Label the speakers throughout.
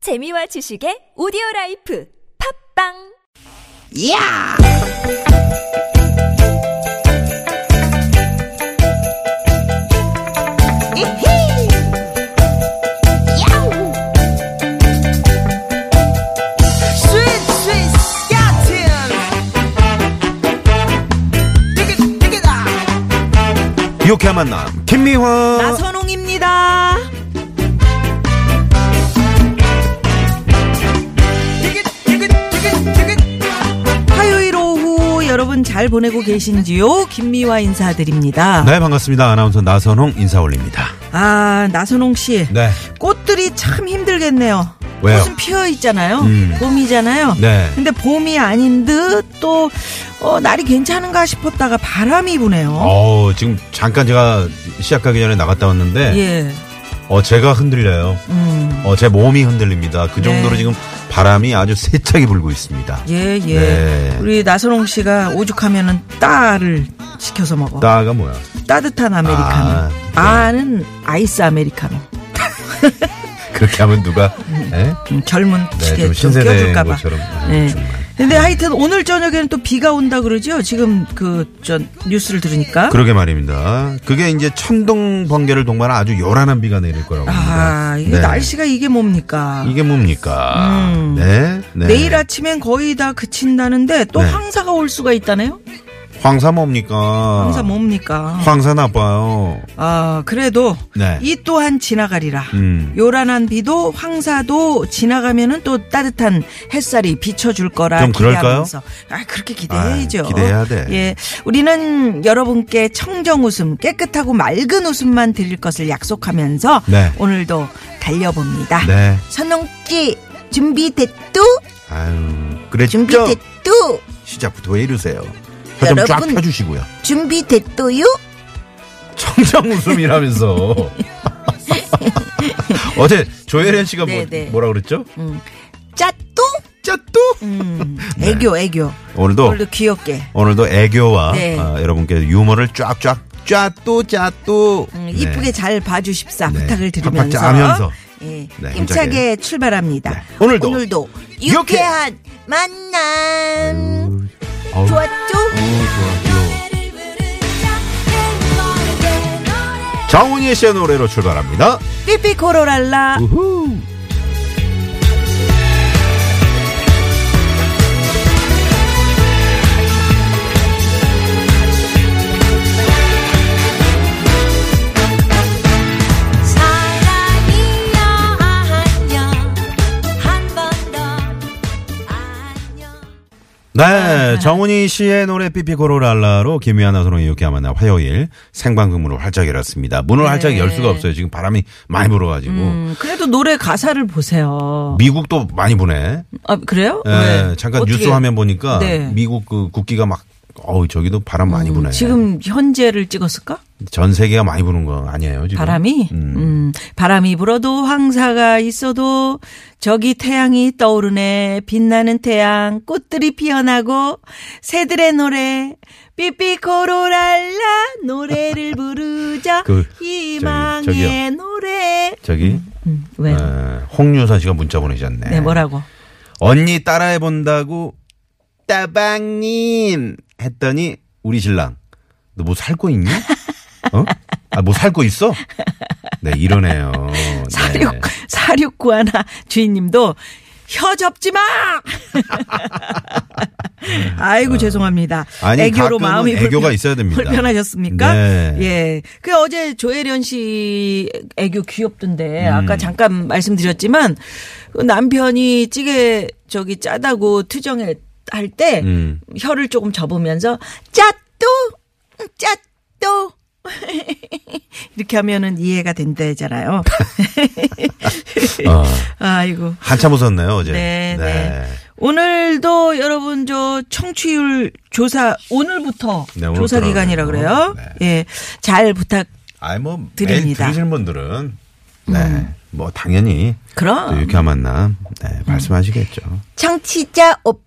Speaker 1: 재미와 지식의 오디오 라이프 팝빵
Speaker 2: 야! 이히! 야우! 스윗, 스윗, 야틴! 띠깃, 띠깃아!
Speaker 3: 유쾌한 만남 김미화
Speaker 2: 나선홍입니다. 띠깃, 띠깃, 띠깃, 띠깃.
Speaker 4: 화요일 오후 여러분 잘 보내고 계신지요? 김미화 인사드립니다.
Speaker 3: 네 반갑습니다 아나운서 나선홍 인사 올립니다
Speaker 4: 아 나선홍 씨,
Speaker 3: 네
Speaker 4: 꽃들이 참 힘들겠네요.
Speaker 3: 왜요?
Speaker 4: 꽃은 피어 있잖아요.
Speaker 3: 음.
Speaker 4: 봄이잖아요.
Speaker 3: 네.
Speaker 4: 근데 봄이 아닌 듯 또 어, 날이 괜찮은가 싶었다가 바람이 부네요.
Speaker 3: 어 지금 잠깐 제가 시작하기 전에 나갔다 왔는데
Speaker 4: 예.
Speaker 3: 어 제가 흔들려요
Speaker 4: 음.
Speaker 3: 어 제 몸이 흔들립니다 그 정도로
Speaker 4: 네.
Speaker 3: 지금 바람이 아주 세차게 불고 있습니다
Speaker 4: 예, 예.
Speaker 3: 네.
Speaker 4: 우리 나선홍 씨가 오죽하면은 딸을 시켜서 먹어.
Speaker 3: 따가 뭐야
Speaker 4: 따뜻한 아메리카노.
Speaker 3: 아, 네.
Speaker 4: 아는 아이스 아메리카노.
Speaker 3: 그렇게 하면 누가 네?
Speaker 4: 좀 젊은
Speaker 3: 네,
Speaker 4: 음. 시대
Speaker 3: 좀
Speaker 4: 좀
Speaker 3: 신세대인
Speaker 4: 껴줄까봐.
Speaker 3: 것처럼 아,
Speaker 4: 네.
Speaker 3: 정말.
Speaker 4: 근데 하여튼 오늘 저녁에는 또 비가 온다 그러죠? 지금 그 저 뉴스를 들으니까.
Speaker 3: 그러게 말입니다 그게 이제 천둥 번개를 동반한 아주 요란한 비가 내릴 거라고 합니다
Speaker 4: 아, 이게
Speaker 3: 네.
Speaker 4: 날씨가 이게 뭡니까?
Speaker 3: 이게 뭡니까
Speaker 4: 음.
Speaker 3: 네, 네
Speaker 4: 내일 아침엔 거의 다 그친다는데 또
Speaker 3: 네.
Speaker 4: 황사가 올 수가 있다네요?
Speaker 3: 황사 뭡니까
Speaker 4: 황사 뭐? 뭡니까?
Speaker 3: 아. 황사 나빠요.
Speaker 4: 아, 그래도
Speaker 3: 네.
Speaker 4: 이 또한 지나가리라.
Speaker 3: 음.
Speaker 4: 요란한 비도 황사도 지나가면은 또 따뜻한 햇살이 비춰줄 거라
Speaker 3: 좀 그럴까요?
Speaker 4: 기대하면서 아 그렇게 기대해야죠.
Speaker 3: 아이, 기대해야 돼.
Speaker 4: 예, 우리는 여러분께 청정 웃음, 깨끗하고 맑은 웃음만 드릴 것을 약속하면서
Speaker 3: 네.
Speaker 4: 오늘도 달려봅니다.
Speaker 3: 네.
Speaker 4: 선홍기 준비됐뚜?
Speaker 3: 아유. 그래 진짜
Speaker 4: 준비됐뚜?
Speaker 3: 시작부터 왜 이러세요? 혀좀 쫙
Speaker 4: 여러분.
Speaker 3: 펴주시고요.
Speaker 4: 준비됐뚜요?
Speaker 3: 청정 웃음이라면서. 어제 조혜련 씨가 뭐,
Speaker 4: 네, 네.
Speaker 3: 뭐라 그랬죠?
Speaker 4: 짜뚜?
Speaker 3: 짜또
Speaker 4: 음, 애교 애교.
Speaker 3: 오늘도
Speaker 4: 오늘도 귀엽게.
Speaker 3: 오늘도 애교와
Speaker 4: 네.
Speaker 3: 아, 여러분께 유머를 쫙쫙 짜또 짜또
Speaker 4: 음,
Speaker 3: 네.
Speaker 4: 이쁘게 잘 봐주십사
Speaker 3: 네. 팍팍
Speaker 4: 부탁을 드리면서
Speaker 3: 짜면서.
Speaker 4: 예,
Speaker 3: 네,
Speaker 4: 힘차게 출발합니다.
Speaker 3: 네. 오늘도
Speaker 4: 유쾌한 만남
Speaker 3: 어우,
Speaker 4: 좋았죠?
Speaker 3: 너무 좋아요. 정훈이 씨의 노래로 출발합니다.
Speaker 4: 삐삐코로랄라
Speaker 3: 우후.
Speaker 5: 사랑이여 안녕 한 번 더 안녕
Speaker 4: 아.
Speaker 3: 네, 정훈이 씨의 노래 삐삐코로랄라로 김희아나 소롱이 이렇게 하면 화요일 생방송으로 활짝 열었습니다. 문을 활짝 열 수가 없어요. 지금 바람이 많이 불어가지고
Speaker 4: 네. 음, 그래도 노래 가사를 보세요.
Speaker 3: 미국도 많이 보네.
Speaker 4: 아 그래요?
Speaker 3: 예,
Speaker 4: 네.
Speaker 3: 잠깐
Speaker 4: 어떻게-
Speaker 3: 뉴스 화면 보니까
Speaker 4: 네.
Speaker 3: 미국 그 국기가 막 어우 저기도 바람 많이 부네.
Speaker 4: 음, 지금 현재를 찍었을까?
Speaker 3: 전 세계가 많이 부는 거 아니에요 지금?
Speaker 4: 바람이 음. 바람이 불어도 황사가 있어도 저기 태양이 떠오르네 빛나는 태양 꽃들이 피어나고 새들의 노래 삐삐코로랄라 노래를 부르자
Speaker 3: 그,
Speaker 4: 희망의
Speaker 3: 저기, 저기요.
Speaker 4: 노래
Speaker 3: 저기
Speaker 4: 음, 왜?
Speaker 3: 예, 홍유선 씨가 문자 보내셨네.
Speaker 4: 네 뭐라고?
Speaker 3: 언니 따라해 본다고 따방님 했더니 우리 신랑 너 뭐 살 거 있니? 어? 아 뭐 살 거 있어? 네 이러네요. 네.
Speaker 4: 사육 사육구 하나 주인님도 혀 접지 마.
Speaker 3: 네.
Speaker 4: 아이고 죄송합니다.
Speaker 3: 아니,
Speaker 4: 애교로
Speaker 3: 가끔은
Speaker 4: 마음이
Speaker 3: 애교가 있어야 됩니다.
Speaker 4: 불편하셨습니까?
Speaker 3: 네.
Speaker 4: 예. 그 어제 조혜련 씨 애교 귀엽던데
Speaker 3: 음.
Speaker 4: 아까 잠깐 말씀드렸지만 그 남편이 찌개 저기 짜다고 투정에 할 때
Speaker 3: 음.
Speaker 4: 혀를 조금 접으면서 짜또 짜또 이렇게 하면은 이해가 된다잖아요.
Speaker 3: 어,
Speaker 4: 아이고.
Speaker 3: 한참 웃었네요 어제.
Speaker 4: 네, 네. 오늘도 여러분 저 청취율 조사 오늘부터
Speaker 3: 네, 오늘
Speaker 4: 조사 기간이라
Speaker 3: 들어가네요.
Speaker 4: 그래요. 예. 잘 부탁.
Speaker 3: 아이 뭐 매일
Speaker 4: 드립니다. 음.
Speaker 3: 들으시는 분들은 네. 뭐 당연히 또
Speaker 4: 그럼
Speaker 3: 유쾌한 만남 네,
Speaker 4: 음.
Speaker 3: 말씀하시겠죠.
Speaker 4: 청취자 오빠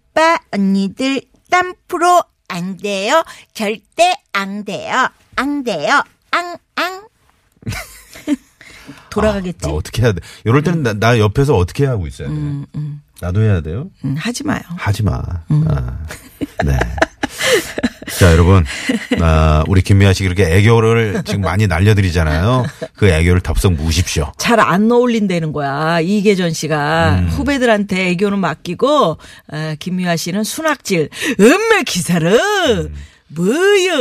Speaker 4: 언니들 땀 프로 안 돼요. 절대 안 돼요. 안 돼요. 앙 앙. 돌아가겠지. 음.
Speaker 3: 나 어떻게 해야 돼? 이럴 때는 나, 나 옆에서 어떻게 하고 있어야 돼? 나도 해야 돼요?
Speaker 4: 음, 하지 마요.
Speaker 3: 하지 마.
Speaker 4: 음.
Speaker 3: 아, 네. 자, 여러분. 아, 우리 김미아 씨 그렇게 애교를 지금 많이 날려드리잖아요. 그 애교를 덥석 무십시오.
Speaker 4: 잘 안 어울린다는 거야. 이계전 씨가
Speaker 3: 음.
Speaker 4: 후배들한테 애교는 맡기고 에, 김미화 씨는 순학질, 음매 기사를 뭐여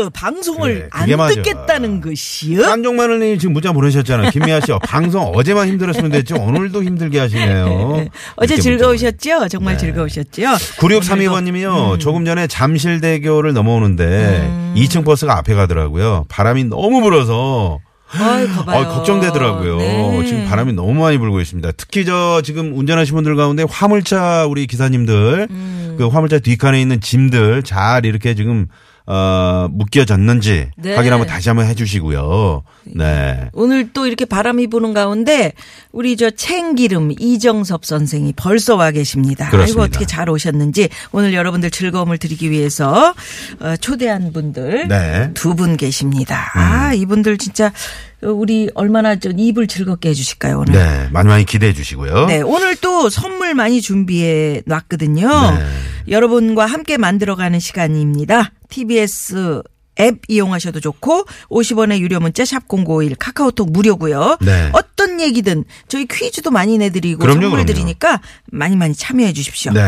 Speaker 3: 그래,
Speaker 4: 방송을
Speaker 3: 예, 그게
Speaker 4: 안
Speaker 3: 맞아.
Speaker 4: 듣겠다는 것이여.
Speaker 3: 쌍종마늘님 지금 문자 보내셨잖아요. 김미아 씨, 방송 어제만 힘들었으면 됐지, 오늘도 힘들게 하시네요.
Speaker 4: 어제
Speaker 3: 이렇게 네. 문자
Speaker 4: 즐거우셨죠? 음. 정말 즐거우셨죠?
Speaker 3: 9632번님이요. 조금 전에 잠실대교를 넘어오는데
Speaker 4: 음.
Speaker 3: 2층 버스가 앞에 가더라고요. 바람이 너무 불어서
Speaker 4: 아이, 거봐요.
Speaker 3: 아, 걱정되더라고요.
Speaker 4: 네.
Speaker 3: 지금 바람이 너무 많이 불고 있습니다. 특히 저 지금 운전하시는 분들 가운데 화물차 우리 기사님들
Speaker 4: 음.
Speaker 3: 그 화물차 뒷칸에 있는 짐들 잘 이렇게 지금 어, 묶여졌는지
Speaker 4: 네.
Speaker 3: 확인 한번 다시 한번 해주시고요. 네.
Speaker 4: 오늘 또 이렇게 바람이 부는 가운데 우리 저 챙기름 이정섭 선생이 벌써 와 계십니다.
Speaker 3: 그렇습니다.
Speaker 4: 아이고 어떻게 잘 오셨는지 오늘 여러분들 즐거움을 드리기 위해서 어, 초대한 분들
Speaker 3: 네.
Speaker 4: 두 분 계십니다.
Speaker 3: 음.
Speaker 4: 아 이분들 진짜 우리 얼마나 좀 입을 즐겁게 해주실까요 오늘?
Speaker 3: 네. 많이 많이 기대해 주시고요.
Speaker 4: 네, 오늘 또 선물 많이 준비해 놨거든요.
Speaker 3: 네.
Speaker 4: 여러분과 함께 만들어가는 시간입니다. TBS 앱 이용하셔도 좋고 50원의 유료 문자 샵 #051 카카오톡 무료고요.
Speaker 3: 네.
Speaker 4: 어떤 얘기든 저희 퀴즈도 많이 내드리고
Speaker 3: 그럼요,
Speaker 4: 선물
Speaker 3: 그럼요.
Speaker 4: 드리니까 많이 많이 참여해 주십시오.
Speaker 3: 네.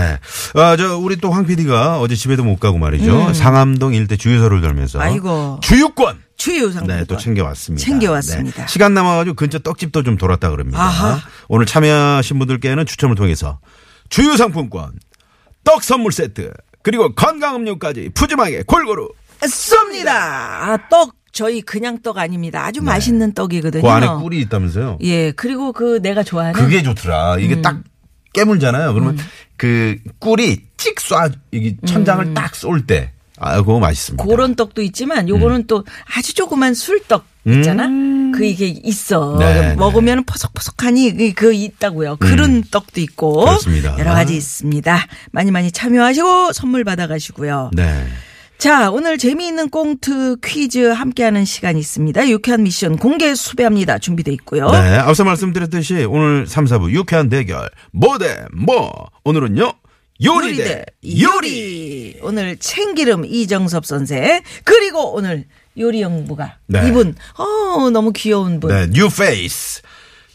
Speaker 3: 아, 저, 우리 또 황 PD가 어제 집에도 못 가고 말이죠. 상암동 일대 주유소를 돌면서.
Speaker 4: 음. 아이고.
Speaker 3: 주유권!
Speaker 4: 주유상
Speaker 3: 네, 또 챙겨왔습니다.
Speaker 4: 챙겨왔습니다.
Speaker 3: 네. 시간 남아가지고 근처 떡집도 좀 돌았다 그럽니다.
Speaker 4: 아하.
Speaker 3: 오늘 참여하신 분들께는 추첨을 통해서 주유상품권, 떡 선물 세트, 그리고 건강음료까지 푸짐하게 골고루.
Speaker 4: 쏩니다. 아, 떡 저희 그냥 떡 아닙니다. 아주 맛있는 떡이거든요.
Speaker 3: 네. 그 안에 꿀이 있다면서요?
Speaker 4: 예, 그리고 그 내가 좋아하는
Speaker 3: 그게 좋더라.
Speaker 4: 음.
Speaker 3: 이게 딱 깨물잖아요. 그러면 그 꿀이 찍 쏴, 이게 천장을 딱 쏠 때. 아, 그거 맛있습니다.
Speaker 4: 음.
Speaker 3: 음.
Speaker 4: 그런 떡도 있지만 요거는 또 아주 조그만 술떡 있잖아. 그 이게 있어.
Speaker 3: 네, 음.
Speaker 4: 먹으면 포석포석하니 그- 그 있다고요. 그런 떡도 있고
Speaker 3: 그렇습니다.
Speaker 4: 여러 가지 있습니다. 많이 많이 참여하시고 선물 받아가시고요.
Speaker 3: 네.
Speaker 4: 자, 오늘 재미있는 꽁트 퀴즈 함께하는 시간이 있습니다. 유쾌한 미션 공개 수배합니다. 준비돼 있고요.
Speaker 3: 네, 앞서 말씀드렸듯이 오늘 3, 4부 유쾌한 대결 뭐대 뭐 오늘은요 요리 대 요리
Speaker 4: 요리. 오늘 챙기름 이정섭 선생 그리고 오늘 요리 연구가
Speaker 3: 네.
Speaker 4: 이분 어 너무 귀여운 분.
Speaker 3: 네, 뉴 페이스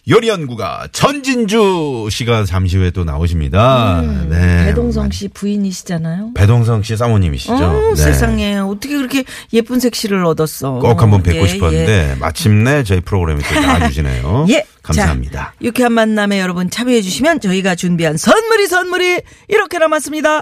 Speaker 3: 요리 연구가 전진주 씨가 잠시 후에 또 나오십니다. 네,
Speaker 4: 음, 배동성 씨 부인이시잖아요.
Speaker 3: 배동성 씨 사모님이시죠.
Speaker 4: 어,
Speaker 3: 네.
Speaker 4: 세상에 어떻게 그렇게 예쁜 색시를 얻었어.
Speaker 3: 꼭 한번 뵙고
Speaker 4: 예,
Speaker 3: 싶었는데 마침내 저희 프로그램에 또 나와주시네요.
Speaker 4: 예. 예.
Speaker 3: 감사합니다.
Speaker 4: 자, 유쾌한 만남에 여러분 참여해 주시면 저희가 준비한 선물이 선물이 이렇게 남았습니다.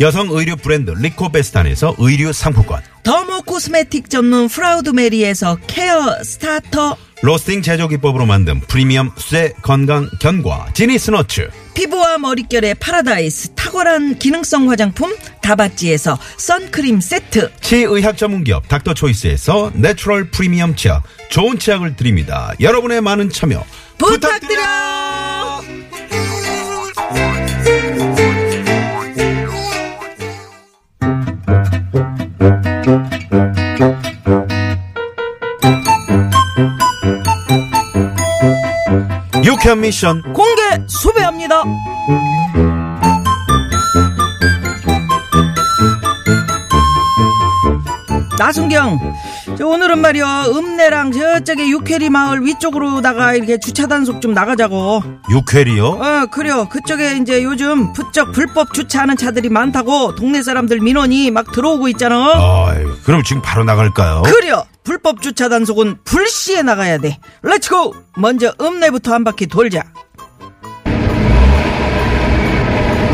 Speaker 3: 여성 의류 브랜드 리코베스탄에서 의류 상품권
Speaker 4: 더모 코스메틱 전문 프라우드메리에서 케어 스타터
Speaker 3: 로스팅 제조 기법으로 만든 프리미엄 쇠 건강 견과 지니스너츠
Speaker 4: 피부와 머릿결의 파라다이스 탁월한 기능성 화장품 다바찌에서 선크림 세트
Speaker 3: 치의학 전문기업 닥터초이스에서 내추럴 프리미엄 치약 좋은 치약을 드립니다 여러분의 많은 참여
Speaker 4: 부탁드려
Speaker 3: 유쾌한 미션
Speaker 4: 공개 수배합니다 나순경 저 오늘은 말이요 읍내랑 저쪽에 육회리 마을 위쪽으로다가 이렇게 주차 단속 좀 나가자고
Speaker 3: 유쾌리요
Speaker 4: 어, 그래요. 그쪽에 이제 요즘 부쩍 불법 주차하는 차들이 많다고 동네 사람들 민원이 막 들어오고 있잖아.
Speaker 3: 아이, 그럼 지금 바로 나갈까요
Speaker 4: 그래요. 불법 주차 단속은 불시에 나가야 돼. 렛츠고! 먼저 읍내부터 한 바퀴 돌자.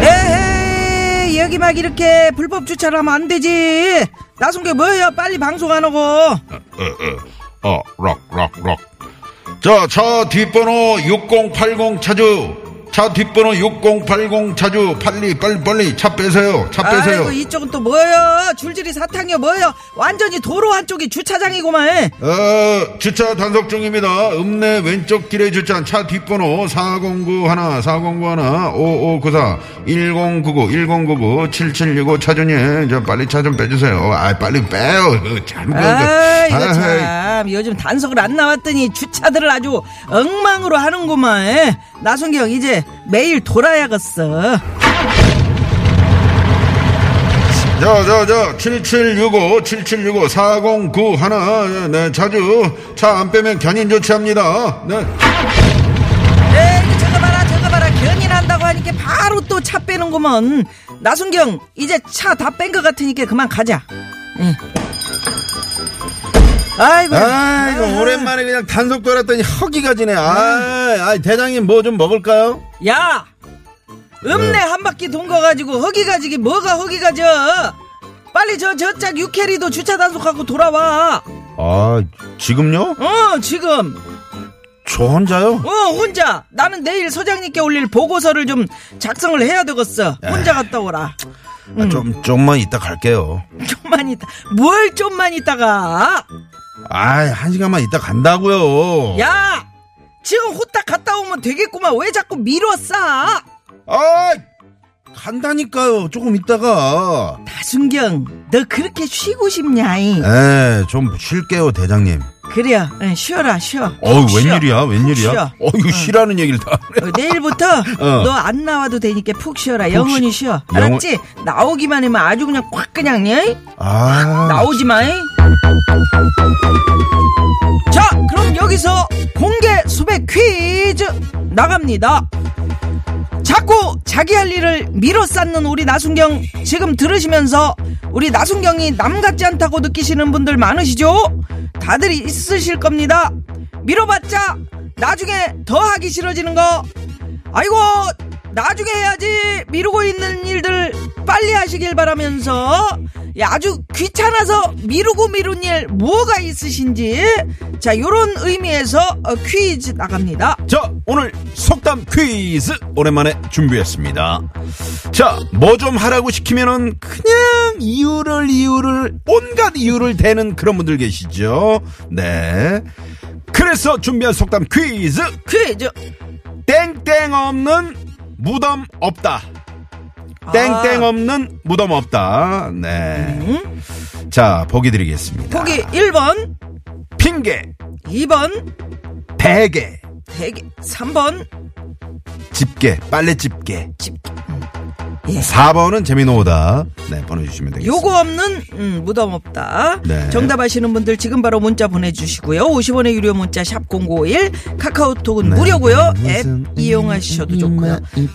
Speaker 4: 에헤이, 여기 막 이렇게 불법 주차를 하면 안 되지. 나순게 뭐예요? 빨리 방송 안 하고.
Speaker 3: 어, 락, 락, 락. 자, 차 뒷번호 6080 차주. 차 뒷번호 6080 차주. 빨리, 빨리, 빨리. 차 빼세요. 차 빼세요.
Speaker 4: 아이고 이쪽은 또 뭐예요? 줄줄이 사탕이요 뭐예요? 완전히 도로 한쪽이 주차장이고만.
Speaker 3: 어, 주차 단속 중입니다. 읍내 왼쪽 길에 주차한 차 뒷번호 409 하나, 409 하나, 5594, 1099, 1099, 7765 차주님, 저 빨리 차 좀 빼주세요. 아, 빨리 빼요. 이거 참. 그거-
Speaker 4: 아 이거
Speaker 3: 그러니까 아이,
Speaker 4: 참 요즘 단속을 안 나왔더니 주차들을 아주 엉망으로 하는구만. 예? 나순경 이제 매일 돌아야겠어.
Speaker 3: 자, 자, 자, 7765, 7765, 409 하나, 네, 자주 차 안 빼면 견인 조치합니다. 네.
Speaker 4: 에이 예, 저거 봐라 저거 봐라 견인한다고 하니까 바로 또 차 빼는구먼 나순경 이제 차 다 뺀 것 같으니까 그만 가자 응. 아이고
Speaker 3: 아, 이거 오랜만에 그냥 단속 돌았더니 허기가 지네. 아, 아 대장님 뭐 좀 먹을까요?
Speaker 4: 야 읍내
Speaker 3: 네.
Speaker 4: 한 바퀴 돈 거 가지고 허기 가지기 뭐가 허기 가져 빨리 저 저짝 유캐리도 주차 단속하고 돌아와
Speaker 3: 아, 지금요?
Speaker 4: 어 지금
Speaker 3: 저 혼자요?
Speaker 4: 어 혼자 나는 내일 소장님께 올릴 보고서를 좀 작성을 해야 되겠어 혼자 갔다 오라
Speaker 3: 아, 좀, 좀만 이따 갈게요.
Speaker 4: 좀만 있다 뭘 좀만 있다가
Speaker 3: 아, 한 시간만 이따 간다고요.
Speaker 4: 야 지금 후딱 갔다 오면 되겠구만 왜 자꾸 미뤘어
Speaker 3: 아, 간다니까요. 조금 이따가.
Speaker 4: 다순경 너 그렇게 쉬고 싶냐이
Speaker 3: 에, 좀 쉴게요, 대장님.
Speaker 4: 그래 응, 쉬어라 쉬어
Speaker 3: 어우,
Speaker 4: 쉬어.
Speaker 3: 웬일이야,
Speaker 4: 쉬어.
Speaker 3: 웬일이야. 어, 이거 쉬라는 얘기를 다. 하네.
Speaker 4: 어, 내일부터
Speaker 3: 어.
Speaker 4: 너 안 나와도 되니까 푹 쉬어라 영원히 쉬어
Speaker 3: 영원-
Speaker 4: 알았지 나오기만 하면 아주 그냥 콱 그냥 예?
Speaker 3: 아.
Speaker 4: 나오지 마이 자 그럼 여기서 공개 수배 퀴즈 나갑니다 자꾸 자기 할 일을 밀어 쌓는 우리 나순경 지금 들으시면서 우리 나순경이 남 같지 않다고 느끼시는 분들 많으시죠? 다들 있으실 겁니다. 밀어봤자 나중에 더 하기 싫어지는 거. 아이고 나중에 해야지 미루고 있는 일들 빨리 하시길 바라면서 야, 아주 귀찮아서 미루고 미룬 일 뭐가 있으신지 자 요런 의미에서 어, 퀴즈 나갑니다.
Speaker 3: 자, 오늘 속담 퀴즈 오랜만에 준비했습니다. 자, 뭐 좀 하라고 시키면은 그냥 이유를 이유를 온갖 이유를 대는 그런 분들 계시죠? 네. 그래서 준비한 속담 퀴즈
Speaker 4: 퀴즈
Speaker 3: 땡땡 없는 무덤 없다.
Speaker 4: 아.
Speaker 3: 땡땡 없는 무덤 없다. 네. 자, 보기 드리겠습니다.
Speaker 4: 음. 보기 1번,
Speaker 3: 핑계,
Speaker 4: 2번,
Speaker 3: 베개,
Speaker 4: 대게, 3번,
Speaker 3: 집게, 빨래 집게.
Speaker 4: 집게. 예.
Speaker 3: 4번은 재미노다. 네, 보내주시면 되겠습니다.
Speaker 4: 요거 없는 음, 무덤 없다.
Speaker 3: 네.
Speaker 4: 정답 아시는 분들 지금 바로 문자 보내주시고요. 50원의 유료 문자 샵 051, 카카오톡은 네. 무료고요. 앱 이용하셔도 좋고요. 음,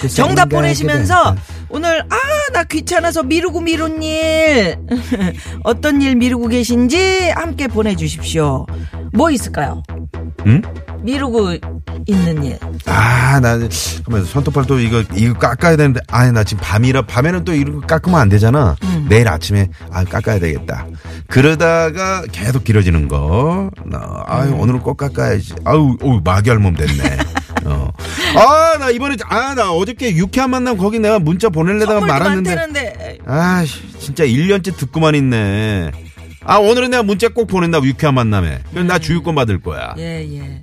Speaker 3: 그
Speaker 4: 정답 보내시면서 오늘 아 나 귀찮아서 미루고 미룬 일 어떤 일 미루고 계신지 함께 보내주십시오. 뭐 있을까요?
Speaker 3: 음?
Speaker 4: 미루고 있는 일.
Speaker 3: 아, 나, 잠깐만, 손톱발도 이거, 이거 깎아야 되는데, 아니, 나 지금 밤이라, 밤에는 또 이런 거 깎으면 안 되잖아.
Speaker 4: 음.
Speaker 3: 내일 아침에, 아, 깎아야 되겠다. 그러다가 계속 길어지는 거. 나, 아유,
Speaker 4: 음.
Speaker 3: 오늘은 꼭 깎아야지. 아유, 어우, 마귀알몸 됐네. 어. 아, 나 이번에, 아, 나 어저께 유쾌한 만남 거기 내가 문자 보내려다가
Speaker 4: 선물도
Speaker 3: 말았는데.
Speaker 4: 많다는데
Speaker 3: 아, 진짜 1년째 듣고만 있네. 아, 오늘은 내가 문자 꼭 보낸다고 유쾌한 만남에. 그럼 나 주유권 받을 거야.
Speaker 4: 음. 예, 예.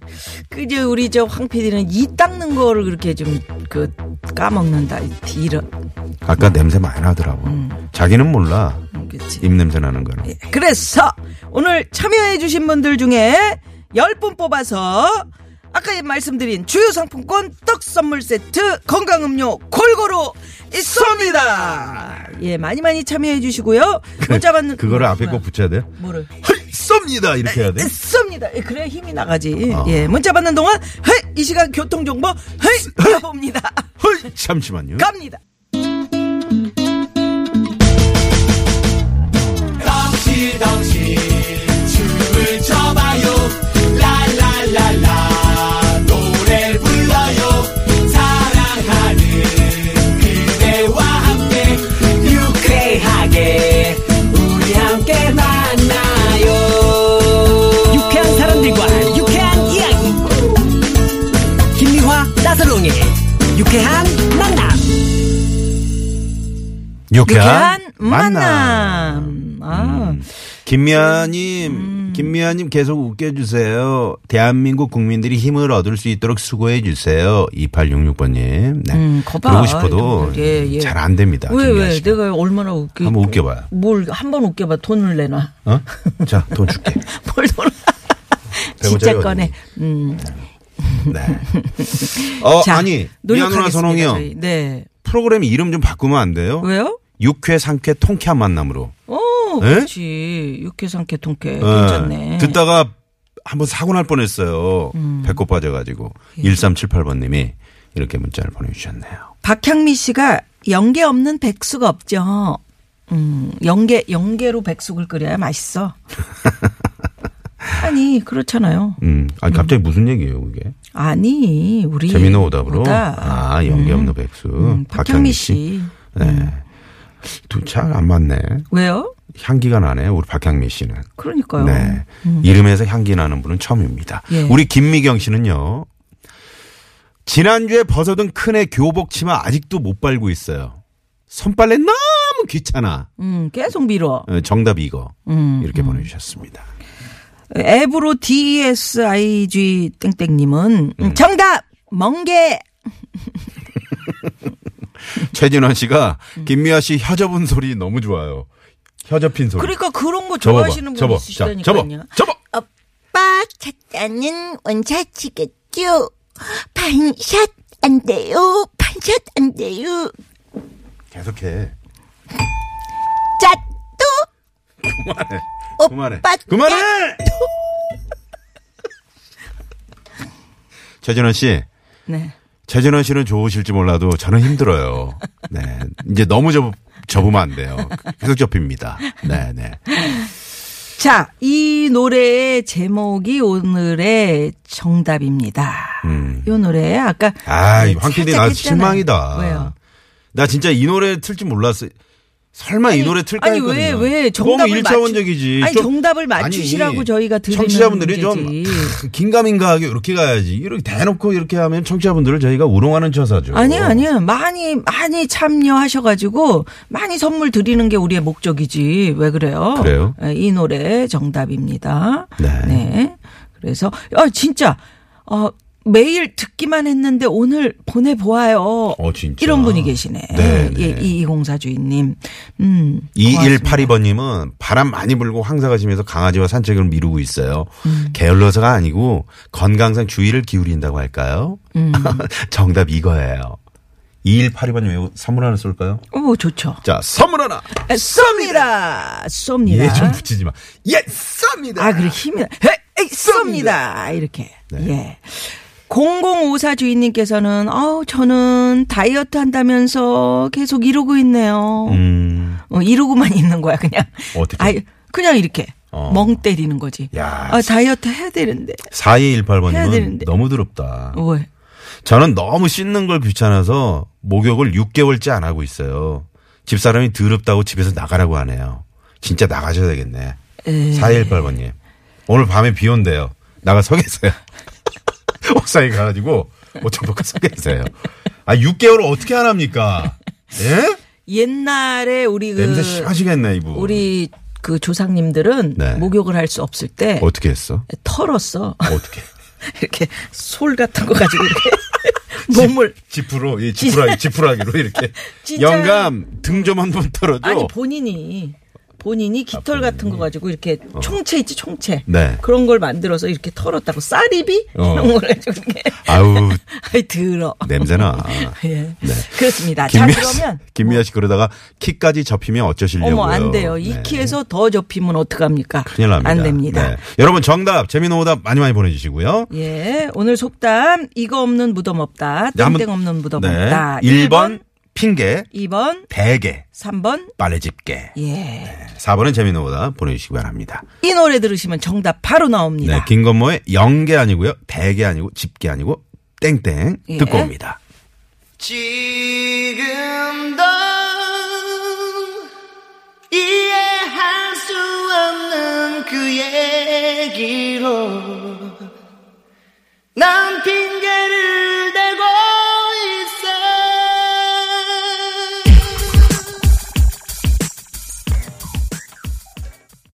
Speaker 4: 그저 우리 저 황 PD는 이 닦는 거를 그렇게 좀 그 까먹는다. 이런.
Speaker 3: 아까 냄새 많이 나더라고.
Speaker 4: 음.
Speaker 3: 자기는 몰라.
Speaker 4: 그치.
Speaker 3: 예. 입 냄새 나는 거는.
Speaker 4: 예. 그래서 오늘 참여해주신 분들 중에 10분 뽑아서 아까 말씀드린 주요 상품권 떡 선물 세트 건강음료 골고루 있습니다. 예, 많이 많이 참여해주시고요. 문자 받는.
Speaker 3: 그거를 앞에 꼭 붙여야 네? 돼요?
Speaker 4: 뭐를?
Speaker 3: 헐, 쏩니다! 이렇게 해야 돼?
Speaker 4: 있습니다. 예. 예, 그래야 힘이 나가지.
Speaker 3: 어.
Speaker 4: 예, 문자 받는 동안, 헤이! 이 시간 교통정보, 헤이! 가봅니다.
Speaker 3: 헐, 잠시만요.
Speaker 4: 갑니다.
Speaker 6: 유쾌하게 우리 함께 만나요
Speaker 2: 나선롱의 유쾌한 만남.
Speaker 4: 유쾌한 만남. 아,
Speaker 3: 김미아님,
Speaker 4: 음.
Speaker 3: 김미아님 계속 웃겨주세요. 대한민국 국민들이 힘을 얻을 수 있도록 수고해주세요. 2866번님. 네.
Speaker 4: 음, 거봐.
Speaker 3: 그러고 싶어도
Speaker 4: 이런 분들. 예, 예.
Speaker 3: 잘 안 됩니다.
Speaker 4: 왜,
Speaker 3: 김미아
Speaker 4: 왜?
Speaker 3: 씨가.
Speaker 4: 내가 얼마나 웃겨.
Speaker 3: 한번 웃겨봐요.
Speaker 4: 뭘, 한 번 웃겨봐. 돈을 내놔.
Speaker 3: 어? 자, 돈 줄게.
Speaker 4: 뭘 돈을. 진짜
Speaker 3: 원짜리
Speaker 4: 꺼내. 음.
Speaker 3: 네. 어, 아니. 미아누나
Speaker 4: 노력하겠습니다,
Speaker 3: 선홍이요.
Speaker 4: 저희. 네.
Speaker 3: 프로그램 이름 좀 바꾸면 안 돼요?
Speaker 4: 왜요?
Speaker 3: 육회, 상쾌, 통쾌한 만남으로.
Speaker 4: 오,
Speaker 3: 에?
Speaker 4: 그렇지. 육회상쾌 통쾌.
Speaker 3: 예.
Speaker 4: 괜찮네.
Speaker 3: 듣다가 한번 사고 날 뻔했어요.
Speaker 4: 음.
Speaker 3: 배꼽 빠져가지고
Speaker 4: 예.
Speaker 3: 1378번님이 이렇게 문자를 보내주셨네요.
Speaker 4: 박향미 씨가 연계 없는 백숙 없죠. 음, 연계, 연계로 백숙을 끓여야 맛있어. 아니, 그렇잖아요.
Speaker 3: 음, 아니 갑자기 무슨 얘기예요, 그게?
Speaker 4: 아니, 우리.
Speaker 3: 재미있는 오답으로.
Speaker 4: 예, 오답.
Speaker 3: 아, 연기 없는 백수.
Speaker 4: 음, 박향미 씨. 음.
Speaker 3: 네. 잘 안 맞네.
Speaker 4: 왜요?
Speaker 3: 향기가 나네. 우리 박향미 씨는.
Speaker 4: 그러니까요. 음.
Speaker 3: 네. 이름에서 향기 나는 분은 처음입니다.
Speaker 4: 예.
Speaker 3: 우리 김미경 씨는요. 지난주에 벗어둔 큰애 교복 치마 아직도 못 빨고 있어요. 손빨래 너무 귀찮아.
Speaker 4: 음, 계속 밀어.
Speaker 3: 어, 정답이 이거.
Speaker 4: 음,
Speaker 3: 이렇게 보내주셨습니다.
Speaker 4: 앱으로 DSIG 땡땡님은 음, 정답! 멍게!
Speaker 3: 최진원 씨가
Speaker 4: 음.
Speaker 3: 김미아 씨 혀접은 소리 너무 좋아요. 혀접힌 소리.
Speaker 4: 그러니까 그런 거
Speaker 3: 접어봐,
Speaker 4: 좋아하시는 분
Speaker 3: 접어,
Speaker 4: 이
Speaker 3: 자,
Speaker 4: 있으시다니까요.
Speaker 3: 접어, 접어.
Speaker 6: 오빠 찾자는 원샷이겠죠? 반샷 안 돼요. 반샷 안 돼요.
Speaker 3: 계속해.
Speaker 6: 짠또
Speaker 3: 그만해.
Speaker 6: 오빠
Speaker 3: 그만해.
Speaker 6: 또-
Speaker 3: 그만해. 최진원 씨,
Speaker 4: 네.
Speaker 3: 최진원 씨는 좋으실지 몰라도 저는 힘들어요. 네, 이제 너무 접 접으면 안 돼요. 계속 접힙니다. 네, 네.
Speaker 4: 자, 이 노래의 제목이 오늘의 정답입니다.
Speaker 3: 음.
Speaker 4: 이 노래 아까
Speaker 3: 아,
Speaker 4: 네,
Speaker 3: 황 PD 나
Speaker 4: 살짝 했잖아요.
Speaker 3: 실망이다.
Speaker 4: 왜요?
Speaker 3: 나 진짜 이 노래 틀지 몰랐어. 설마 이 노래 틀까
Speaker 4: 아니
Speaker 3: 했거든요.
Speaker 4: 왜 왜 정답을
Speaker 3: 너무
Speaker 4: 맞추-
Speaker 3: 일차원적이지.
Speaker 4: 아니, 정답을 맞추시라고 저희가 드리는
Speaker 3: 청취자분들이 좀
Speaker 4: 문제지.
Speaker 3: 크, 긴가민가하게 이렇게 가야지. 이렇게 대놓고 이렇게 하면 청취자분들을 저희가 우롱하는 처사죠.
Speaker 4: 아니야, 아니야. 많이, 많이 참여하셔가지고, 많이 선물 드리는 게 우리의 목적이지. 왜 그래요?
Speaker 3: 그래요?
Speaker 4: 예, 이 노래 정답입니다.
Speaker 3: 네.
Speaker 4: 그래서, 아, 진짜, 어, 매일 듣기만 했는데 오늘 보내보아요.
Speaker 3: 어, 진짜.
Speaker 4: 이런 분이 계시네.
Speaker 3: 네, 네.
Speaker 4: 예, 2204 주인님. 음. 고맙습니다.
Speaker 3: 2182번님은 바람 많이 불고 황사가 심해서 강아지와 산책을 미루고 있어요.
Speaker 4: 음.
Speaker 3: 게을러서가 아니고 건강상 주의를 기울인다고 할까요?
Speaker 4: 음.
Speaker 3: 정답 이거예요. 2182번님 선물 하나 쏠까요?
Speaker 4: 오, 좋죠.
Speaker 3: 자, 선물 하나!
Speaker 4: 에, 쏩니다! 쏩니다.
Speaker 3: 예, 좀 붙이지 마. 예, 쏩니다!
Speaker 4: 아, 그래, 힘이, 나- 헤, 에이, 쏩니다. 이렇게.
Speaker 3: 네.
Speaker 4: 예. 0054 주인님께서는, 아우, 저는 다이어트 한다면서 계속 이러고 있네요.
Speaker 3: 음,
Speaker 4: 어, 이러고만 있는 거야, 그냥.
Speaker 3: 어떻게?
Speaker 4: 아, 그냥 이렇게.
Speaker 3: 어.
Speaker 4: 멍 때리는 거지.
Speaker 3: 야.
Speaker 4: 아, 다이어트 해야 되는데. 해야
Speaker 3: 4218번님은
Speaker 4: 되는데. 어.
Speaker 3: 너무 더럽다.
Speaker 4: 왜?
Speaker 3: 저는 너무 씻는 걸 귀찮아서 목욕을 6개월째 안 하고 있어요. 집사람이 더럽다고 집에서 나가라고 하네요. 진짜 나가셔야 되겠네.
Speaker 4: 예.
Speaker 3: 4218번님. 오늘 밤에 비 온대요. 나가 서 계세요. 옥상에 가가지고 옷좀 벗고 서 계세요. 아, 6개월을 어떻게 안 합니까? 예?
Speaker 4: 옛날에 우리 그.
Speaker 3: 냄새 심하시겠네, 이분.
Speaker 4: 우리 그 조상님들은
Speaker 3: 네.
Speaker 4: 목욕을 할 수 없을 때.
Speaker 3: 어떻게 했어? 뭐
Speaker 4: 털었어.
Speaker 3: 어떻게?
Speaker 4: 이렇게 솔 같은 거 가지고 이렇게 몸을
Speaker 3: 지푸로, 예, 지푸라기, 지푸라기로 이렇게.
Speaker 4: 진짜.
Speaker 3: 영감, 등 좀 한번 털어줘.
Speaker 4: 아니 본인이 본인이 깃털 같은 거 가지고 이렇게 총체 있지 총체
Speaker 3: 아, 어. 네.
Speaker 4: 그런 걸 만들어서 이렇게 털었다고 쌀이비
Speaker 3: 어.
Speaker 4: 이런 걸 해주고 이렇게
Speaker 3: 아우,
Speaker 4: 아이 더러
Speaker 3: 냄새나.
Speaker 4: 예 그렇습니다 자
Speaker 3: 네. 김미아 씨,
Speaker 4: 그러면 뭐?
Speaker 3: 김미아 씨 그러다가 키까지 접히면 어쩌시려고요?
Speaker 4: 어머 안 돼요 이
Speaker 3: 네.
Speaker 4: 키에서 더 접히면 어떡합니까
Speaker 3: 큰일 납니다.
Speaker 4: 안 됩니다
Speaker 3: 네. 여러분 정답 재미있는 오답 많이 많이 보내주시고요.
Speaker 4: 예 오늘 속담 이거 없는 무덤 없다
Speaker 3: 네, 한번-
Speaker 4: 땡땡 없는 무덤
Speaker 3: 네.
Speaker 4: 없다
Speaker 3: 1번 핑계,
Speaker 4: 2번
Speaker 3: 베개,
Speaker 4: 3번
Speaker 3: 빨래집게.
Speaker 4: 예.
Speaker 3: 네. 4번은 재미있는 오답 보내주시기 바랍니다.
Speaker 4: 이 노래 들으시면 정답 바로 나옵니다.
Speaker 3: 네, 김건모의 영계 아니고요. 대게 아니고 집게 아니고 땡땡
Speaker 4: 예.
Speaker 3: 듣고 옵니다.
Speaker 2: 지금도 이해할 수 없는 그 얘기로